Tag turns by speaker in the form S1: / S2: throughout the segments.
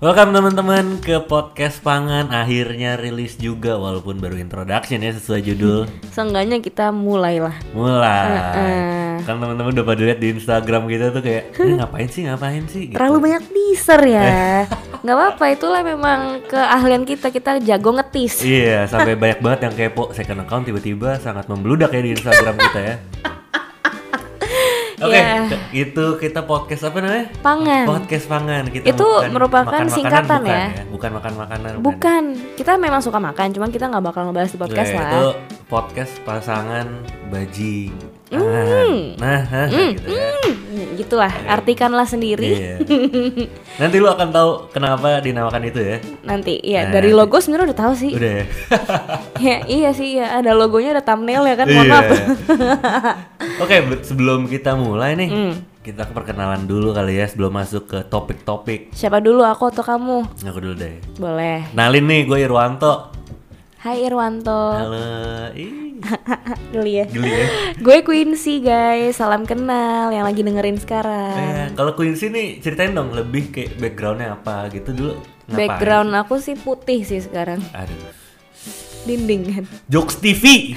S1: Welcome teman-teman ke podcast pangan akhirnya rilis juga walaupun baru introduction ya sesuai judul
S2: Seenggaknya kita mulailah. Eh,
S1: mulai.
S2: Heeh.
S1: Kan teman-teman udah pada lihat di Instagram kita tuh kayak "Ini ngapain sih ngapain sih gitu.
S2: Terlalu banyak teaser ya. Nggak apa-apa, itulah memang keahlian kita. Kita jago ngetis.
S1: Iya sampai banyak banget yang kepo second account tiba-tiba sangat membludak ya di Instagram kita ya. Oke,
S2: Iya.
S1: ke- itu kita podcast apa namanya?
S2: Pangan.
S1: Podcast pangan kita
S2: Itu
S1: bukan
S2: merupakan
S1: makan makanan,
S2: singkatan
S1: bukan
S2: ya?
S1: Bukan makan makanan.
S2: Bukan, kita memang suka makan, cuman kita nggak bakal ngebahas di podcast
S1: Ya,
S2: lah.
S1: Itu podcast pasangan bajing. Nah, nah, gitu ya.
S2: Hmm, gitulah, artikanlah sendiri
S1: Iya. Nanti lu akan tahu kenapa dinamakan itu ya.
S2: nanti. Ya,
S1: Nah,
S2: dari logo sebenarnya udah tahu sih.
S1: Udah ya.
S2: Ya, iya sih, ya ada logonya, ada thumbnail ya kan. Mohon
S1: Iya.
S2: maaf.
S1: Oke, be- sebelum kita mulai nih,
S2: Hmm.
S1: kita ke perkenalan dulu kali ya sebelum masuk ke topik-topik.
S2: Siapa dulu aku atau kamu?
S1: Aku dulu deh.
S2: Boleh.
S1: Nalin nih, gue Irwanto.
S2: Hai Irwanto.
S1: Halo. Ih,
S2: Geli ya.
S1: geli ya.
S2: Gue Quincy guys, salam kenal yang lagi dengerin sekarang.
S1: Eh, kalau Quincy nih ceritain dong lebih kayak backgroundnya apa gitu dulu. Ngapain?
S2: Background aku sih putih sih sekarang.
S1: Aduh.
S2: Dinding kan.
S1: Jokes TV.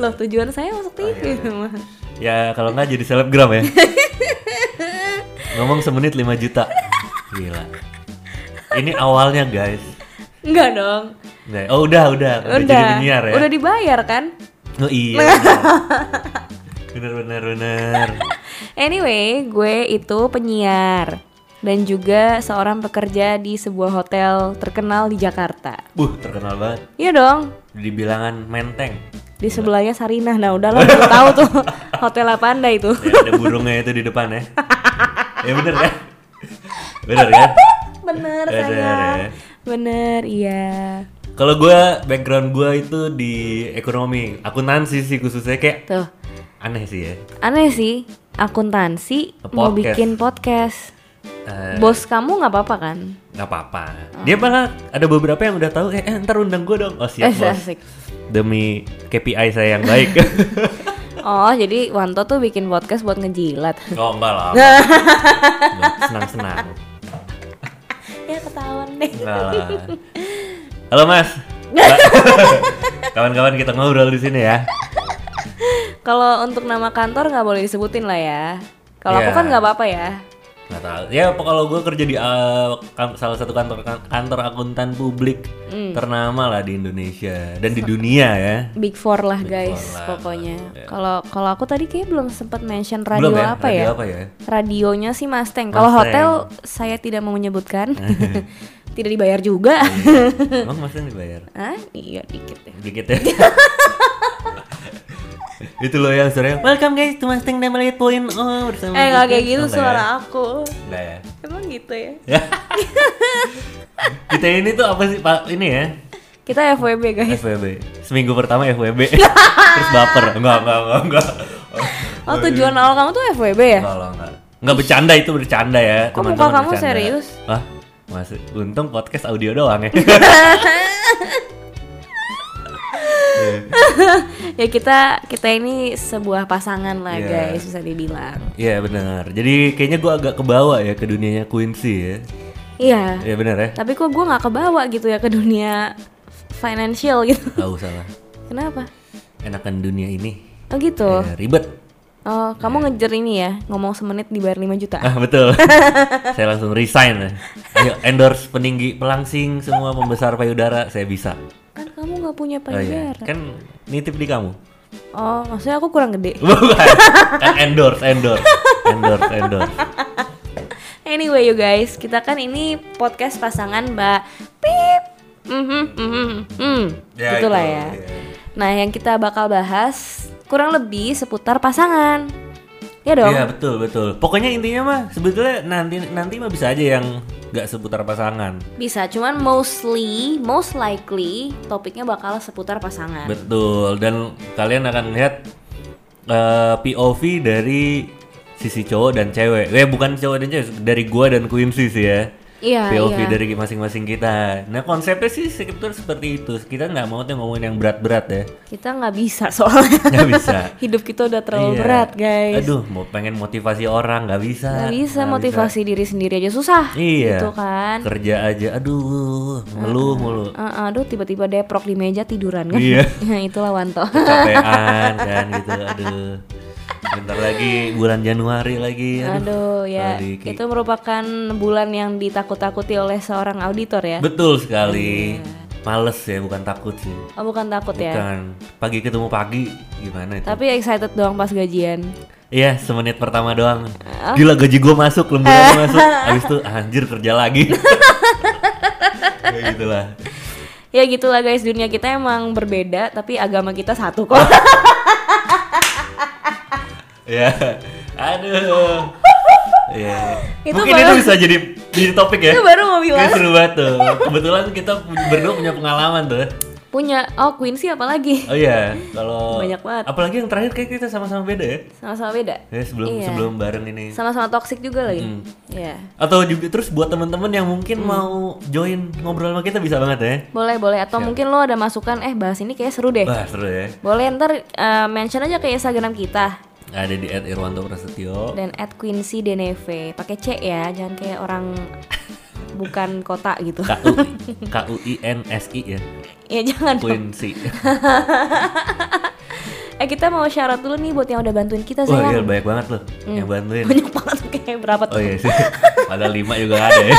S2: Loh, tujuan saya masuk
S1: Oh, iya.
S2: TV semua.
S1: ya kalau nggak jadi selebgram ya. Ngomong semenit 5 juta. Gila. Ini awalnya guys.
S2: Enggak dong.
S1: Nah, oh udah udah udah,
S2: Udah.
S1: jadi penyiar ya.
S2: Udah dibayar kan?
S1: Oh iya. bener bener bener.
S2: Anyway, gue itu penyiar dan juga seorang pekerja di sebuah hotel terkenal di Jakarta.
S1: Buh Uh, terkenal banget.
S2: Iya dong.
S1: Di bilangan Menteng.
S2: Di sebelahnya Sarinah. Nah, udahlah udah tahu tuh hotel apa Anda itu.
S1: Ya, ada burungnya itu di depan ya. ya bener kan? Bener kan? Bener,
S2: Bener sayang.
S1: ya.
S2: Bener, iya.
S1: Kalau gue background gue itu di ekonomi, akuntansi sih khususnya kayak
S2: Tuh.
S1: aneh sih ya.
S2: Aneh sih, akuntansi mau
S1: Podcast.
S2: bikin podcast.
S1: Eh,
S2: Bos kamu nggak apa-apa kan?
S1: nggak apa-apa. Dia malah ada beberapa yang udah tahu, eh eh, ntar undang gue dong. Oh siap
S2: Eh,
S1: bos.
S2: asik.
S1: Demi KPI saya yang baik.
S2: Oh, jadi Wanto tuh bikin podcast buat ngejilat.
S1: oh enggak lah. Enggak, Senang-senang.
S2: ya ketahuan deh.
S1: Enggak lah. Halo mas. Kawan-kawan kita ngobrol di sini ya.
S2: Kalau untuk nama kantor nggak boleh disebutin lah ya. Kalau aku
S1: Iya.
S2: kan nggak apa-apa ya.
S1: Nggak tahu. Ya pokok- kalau gue kerja di eh, kan- salah satu kantor kan- kantor akuntan publik
S2: Hmm.
S1: ternama lah di Indonesia dan di dunia ya.
S2: Big four lah guys,
S1: four lah, iya.
S2: pokoknya. Kalau kalau aku tadi kayak belum sempat mention radio
S1: Belum ya?
S2: apa
S1: Radio
S2: ya?
S1: apa ya?
S2: Radionya sih Mustang. Kalau
S1: Mustang.
S2: hotel saya tidak mau menyebutkan. tidak dibayar juga.
S1: Iya. Emang masih dibayar?
S2: ah, iya dikit ya.
S1: Dikit ya. itu loh ya, yang suaranya Welcome guys to Mustang Damaliet Point oh, bersama
S2: Eh nggak
S1: kita."
S2: kayak gitu
S1: Oh, nggak ya?
S2: suara aku.
S1: Nggak ya?
S2: Emang gitu ya?
S1: Kita ini tuh apa sih Pak? Ini ya
S2: Kita FWB guys.
S1: FWB Seminggu pertama FWB Terus baper Enggak, enggak, enggak, enggak
S2: Oh
S1: Iya.
S2: tujuan awal kamu tuh FWB ya?
S1: Enggak lah, enggak Enggak bercanda itu bercanda ya
S2: Kok muka
S1: teman-teman,
S2: kamu
S1: bercanda.
S2: serius?
S1: Wah, masih Untung podcast audio doang ya Iya.
S2: ya kita kita ini sebuah pasangan lah
S1: Iya.
S2: guys bisa dibilang.
S1: Iya benar. Jadi kayaknya gua agak kebawa ya ke dunianya Quincy ya
S2: Iya.
S1: Iya benar ya
S2: Tapi kok gue nggak kebawa gitu ya ke dunia financial gitu.
S1: Tahu salah
S2: Kenapa?
S1: Enakan dunia ini
S2: Oh gitu.
S1: ya, Ribet
S2: Oh kamu ngejar ini ya ngomong semenit dibayar 5 juta.
S1: Ah betul. saya langsung resign. lah. Ayo endorse peninggi pelangsing semua pembesar payudara saya bisa.
S2: Kan kamu nggak punya
S1: Oh iya.
S2: payudara.
S1: Kan nitip di kamu.
S2: Oh maksudnya aku kurang gede.
S1: Bukan. kan endorse, endorse, endorse, endorse.
S2: Anyway you guys kita kan ini podcast pasangan mbak Pip. Mhm, mhm, mhm.
S1: Ya,
S2: Gitulah
S1: itu,
S2: ya.
S1: iya.
S2: Nah yang kita bakal bahas kurang lebih seputar pasangan. Ya dong.
S1: Iya betul betul. Pokoknya intinya mah sebetulnya nanti nanti mah bisa aja yang nggak seputar pasangan.
S2: Bisa, cuman mostly, most likely topiknya bakal seputar pasangan.
S1: Betul. Dan kalian akan lihat eh, POV dari sisi cowok dan cewek. Eh bukan cowok dan cewek dari gua dan Quincy sih ya.
S2: Iya,
S1: POV
S2: iya.
S1: dari masing-masing kita. Nah konsepnya sih sebetulnya seperti itu. Kita nggak mau tuh ngomongin yang berat-berat ya.
S2: Kita nggak bisa soalnya.
S1: Nggak bisa.
S2: Hidup kita udah terlalu
S1: Iya.
S2: berat, guys.
S1: Aduh, mau pengen motivasi orang nggak bisa.
S2: Nggak bisa motivasi diri sendiri aja susah.
S1: Iya.
S2: Gitu kan.
S1: Kerja aja, aduh, ngeluh mulu.
S2: Eh, aduh tiba-tiba deprok di meja tiduran kan.
S1: Iya.
S2: Nah, Itulah Wanto.
S1: Kecapean kan gitu, aduh. Bentar lagi bulan Januari lagi. Aduh.
S2: Aduh ya,
S1: Aduh, Ki.
S2: itu merupakan bulan yang ditakut-takuti oleh seorang auditor ya. Iya.
S1: Betul sekali. Males ya, bukan takut sih.
S2: Oh, bukan takut ya.
S1: Bukan. Pagi ketemu pagi gimana itu?
S2: Tapi excited doang pas gajian.
S1: Iya, semenit pertama doang.
S2: Oh.
S1: Gila gaji gue masuk, lemburannya masuk. Habis itu anjir kerja lagi. ya gitulah.
S2: Ya gitulah guys, dunia kita emang berbeda tapi agama kita satu kok.
S1: Ya. Aduh. Iya.
S2: Itu
S1: Mungkin
S2: baru-
S1: itu bisa jadi jadi topik ya.
S2: Itu baru mau bilang.
S1: Kayak seru banget tuh. Kebetulan kita berdua punya pengalaman tuh.
S2: Punya oh Quincy apalagi?
S1: Oh iya, kalau
S2: Banyak banget.
S1: Apalagi yang terakhir kayak kita sama-sama beda ya.
S2: Sama-sama beda.
S1: Ya sebelum
S2: Iya.
S1: sebelum bareng ini.
S2: Sama-sama toxic juga lagi. Ya.
S1: Atau juga terus buat teman-teman yang mungkin mau join ngobrol sama kita bisa banget ya.
S2: Boleh, boleh atau mungkin lo ada masukan eh bahas ini kayak seru deh.
S1: Wah, seru ya.
S2: Boleh ntar eh, mention aja ke Instagram kita
S1: Ada di @irwanto_prasetyo.
S2: dan at Quincy Deneve pakai C ya jangan kayak orang bukan kota gitu
S1: K U K U I N S I ya.
S2: ya jangan dong.
S1: Quincy.
S2: eh kita mau syarat dulu nih buat yang udah bantuin kita
S1: Wah, gila
S2: sayang
S1: banyak banget loh yang bantuin.
S2: banyak banget kayak berapa
S1: iya, Oh
S2: tuh
S1: iya sih. Padahal lima juga nggak ada ya.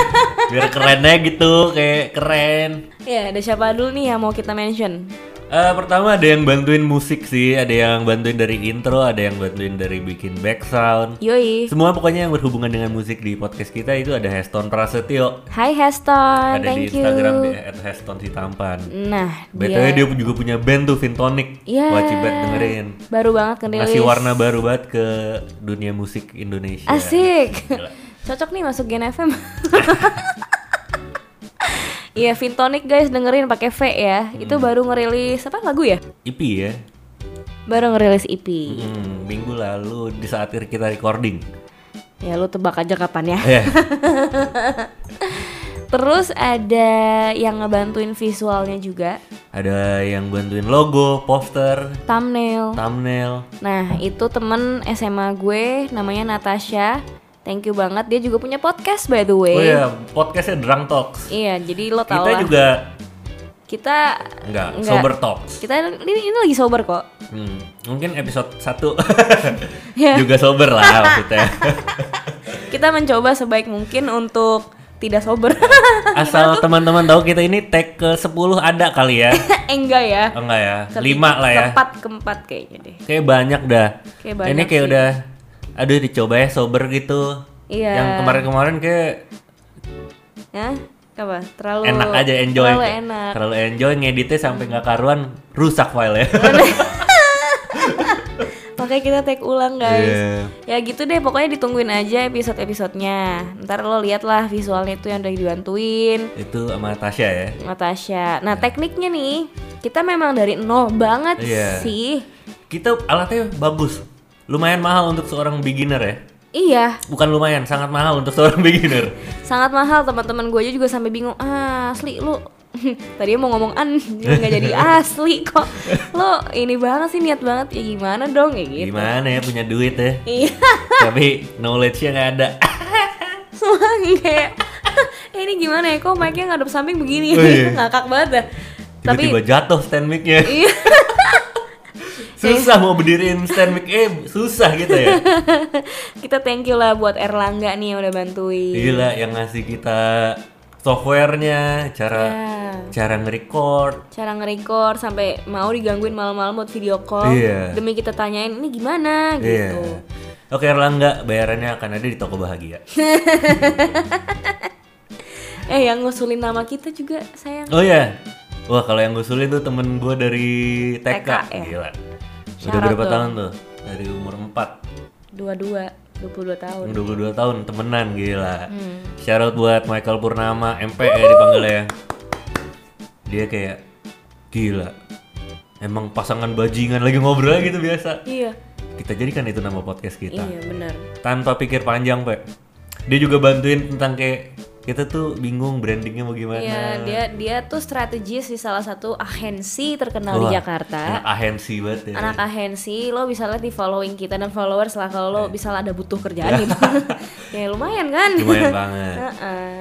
S1: Biar kerennya gitu, kayak keren.
S2: ya ada siapa dulu nih yang mau kita mention
S1: Eh, pertama ada yang bantuin musik sih, ada yang bantuin dari intro, ada yang bantuin dari bikin background.
S2: yoi
S1: Semua pokoknya yang berhubungan dengan musik di podcast kita itu ada Heston Prasetyo.
S2: Hai
S1: ada di
S2: Heston thank you
S1: Instagram di @heston Sitampan.
S2: nah
S1: BTW
S2: dia
S1: dia juga punya band tuh Vintonic.
S2: Iya.
S1: Wajib banget dengerin.
S2: baru banget ngerilis
S1: Ngasih warna baru banget ke dunia musik Indonesia.
S2: asik
S1: Gila.
S2: cocok nih masuk Gen FM Iya, Vintonic guys dengerin pakai V ya.
S1: Hmm.
S2: Itu baru ngerilis apa lagu ya?
S1: EP ya.
S2: Baru E ngerilis EP.
S1: Hmm, minggu lalu di saat kita recording.
S2: Ya lu tebak aja kapan ya.
S1: Eh,
S2: Terus ada yang ngebantuin visualnya juga,
S1: ada yang bantuin logo, poster,
S2: thumbnail.
S1: thumbnail.
S2: Nah, itu temen SMA gue namanya Natasha. Thank you banget dia juga punya podcast by the way.
S1: Oh iya, podcastnya Drunk Talks.
S2: Iya, jadi lo tau
S1: Kita
S2: lah.
S1: juga
S2: Kita
S1: enggak,
S2: Enggak.
S1: sober talks.
S2: kita ini, ini lagi sober kok.
S1: Hmm, mungkin episode 1
S2: Ya.
S1: juga sober lah maksudnya.
S2: Kita mencoba sebaik mungkin untuk tidak sober.
S1: Asal teman-teman tahu kita ini tag ke 10 ada kali ya.
S2: Enggak ya.
S1: Oh, enggak ya?
S2: Ketiga-
S1: 5 lah ya.
S2: Keempat, keempat kayaknya deh.
S1: Kayak banyak dah.
S2: Kayak
S1: ini
S2: banyak
S1: kayak
S2: sih.
S1: udah aduh dicoba ya sober gitu.
S2: Iya.
S1: Yang kemarin-kemarin kayak
S2: Ya, apa? Terlalu
S1: enak aja enjoy
S2: Terlalu enak.
S1: Terlalu enjoy ngeditnya sampai nggak karuan rusak file ya
S2: Makanya kita take ulang guys.
S1: Iya.
S2: Ya gitu deh, pokoknya ditungguin aja episode-episodenya. Ntar lo liat lah visualnya itu yang udah dibantuin
S1: itu sama Tasya ya
S2: Natasha. Nah tekniknya nih, kita memang dari nol banget
S1: Iya.
S2: sih.
S1: kita alatnya bagus lumayan mahal untuk seorang beginner ya
S2: Iya,
S1: bukan lumayan sangat mahal untuk seorang beginner
S2: sangat mahal teman-teman gue aja juga sampai bingung. Ah, asli lu. Tadi mau ngomong an, nggak jadi asli kok. Lo ini banget sih niat banget ya gimana dong ya gitu.
S1: gimana ya punya duit ya
S2: Iya.
S1: tapi knowledge-nya nggak ada
S2: semua kayak "Eh, ini gimana ya kok mic-nya ngadep samping begini
S1: Oh, iya.
S2: ngakak banget dah tapi
S1: tiba-tiba jatuh stand mic-nya
S2: iya
S1: susah mau berdiriin stand mic eh susah gitu ya
S2: kita thank you lah buat Erlangga nih yang udah bantuin
S1: gila yang ngasih kita softwarenya cara
S2: Ya,
S1: cara nge-record
S2: cara nge-record sampai mau digangguin malam-malam buat video call
S1: Iya.
S2: demi kita tanyain ini gimana
S1: Iya.
S2: gitu
S1: Oke Erlangga, bayarannya akan ada di toko bahagia.
S2: eh yang ngusulin nama kita juga sayang
S1: Oh iya. Wah, kalau yang ngusulin tuh temen gue dari TK.
S2: TK, ya.
S1: Gila. Udah
S2: Shout
S1: berapa
S2: out
S1: tahun tuh? Dari umur 4,
S2: dua-dua 22 tahun
S1: 22 tahun temenan gila.
S2: Hmm.
S1: Shout out buat Michael Purnama, MPE dipanggilnya ya. Dia kayak gila. Emang pasangan bajingan lagi ngobrol gitu biasa.
S2: iya
S1: Kita jadikan itu Nah. nama podcast kita.
S2: iya benar
S1: tanpa pikir panjang pak dia juga bantuin tentang kayak kita tuh bingung brandingnya mau gimana.
S2: Iya, dia dia tuh strategis di salah satu agensi terkenal di
S1: Wah,
S2: Jakarta.
S1: Anak ahensi banget ya.
S2: anak ahensi lo bisa lihat di following kita dan followers lah kalau lo
S1: Iya.
S2: bisa ada butuh kerjaan gitu ya lumayan kan
S1: Lumayan banget.
S2: Heeh.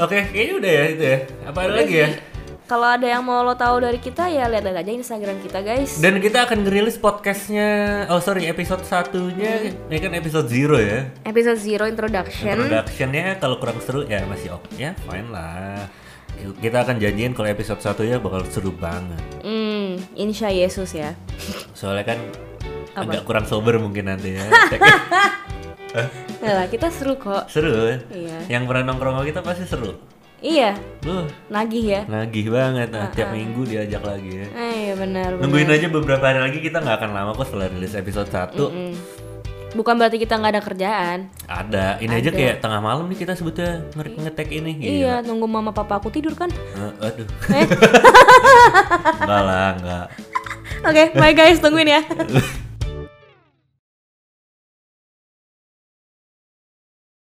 S1: Oke, kayaknya udah ya itu ya. Apa ada lagi ya?
S2: kalau ada yang mau lo tahu dari kita ya lihat-lihat aja instagram kita guys
S1: Dan kita akan ngerilis podcastnya, oh sorry episode satunya, ini kan episode zero ya.
S2: episode zero introduction
S1: Introductionnya kalau kurang seru ya masih oke, ya fine lah. Kita akan janjiin kalau episode satunya bakal seru banget.
S2: hmm insya yesus ya
S1: Soalnya kan
S2: Apa?
S1: agak kurang sober mungkin nanti ya.
S2: Nggak Ya lah kita seru kok
S1: seru. kan?
S2: Iya.
S1: Yang pernah nongkrong sama kita pasti seru.
S2: iya
S1: Duh,
S2: nagih ya
S1: nagih banget. Nah, tiap minggu diajak lagi ya.
S2: eh iya benar benar.
S1: Nungguin aja beberapa hari lagi kita nggak akan lama kok setelah rilis episode 1
S2: Mm. bukan berarti kita nggak ada kerjaan
S1: Ada. Ini aja kayak tengah malam nih kita sebutnya nge- ngetek ini. Gila.
S2: iya nunggu mama papa aku tidur kan
S1: Eh, aduh. enggak lah, enggak.
S2: oke bye guys tungguin ya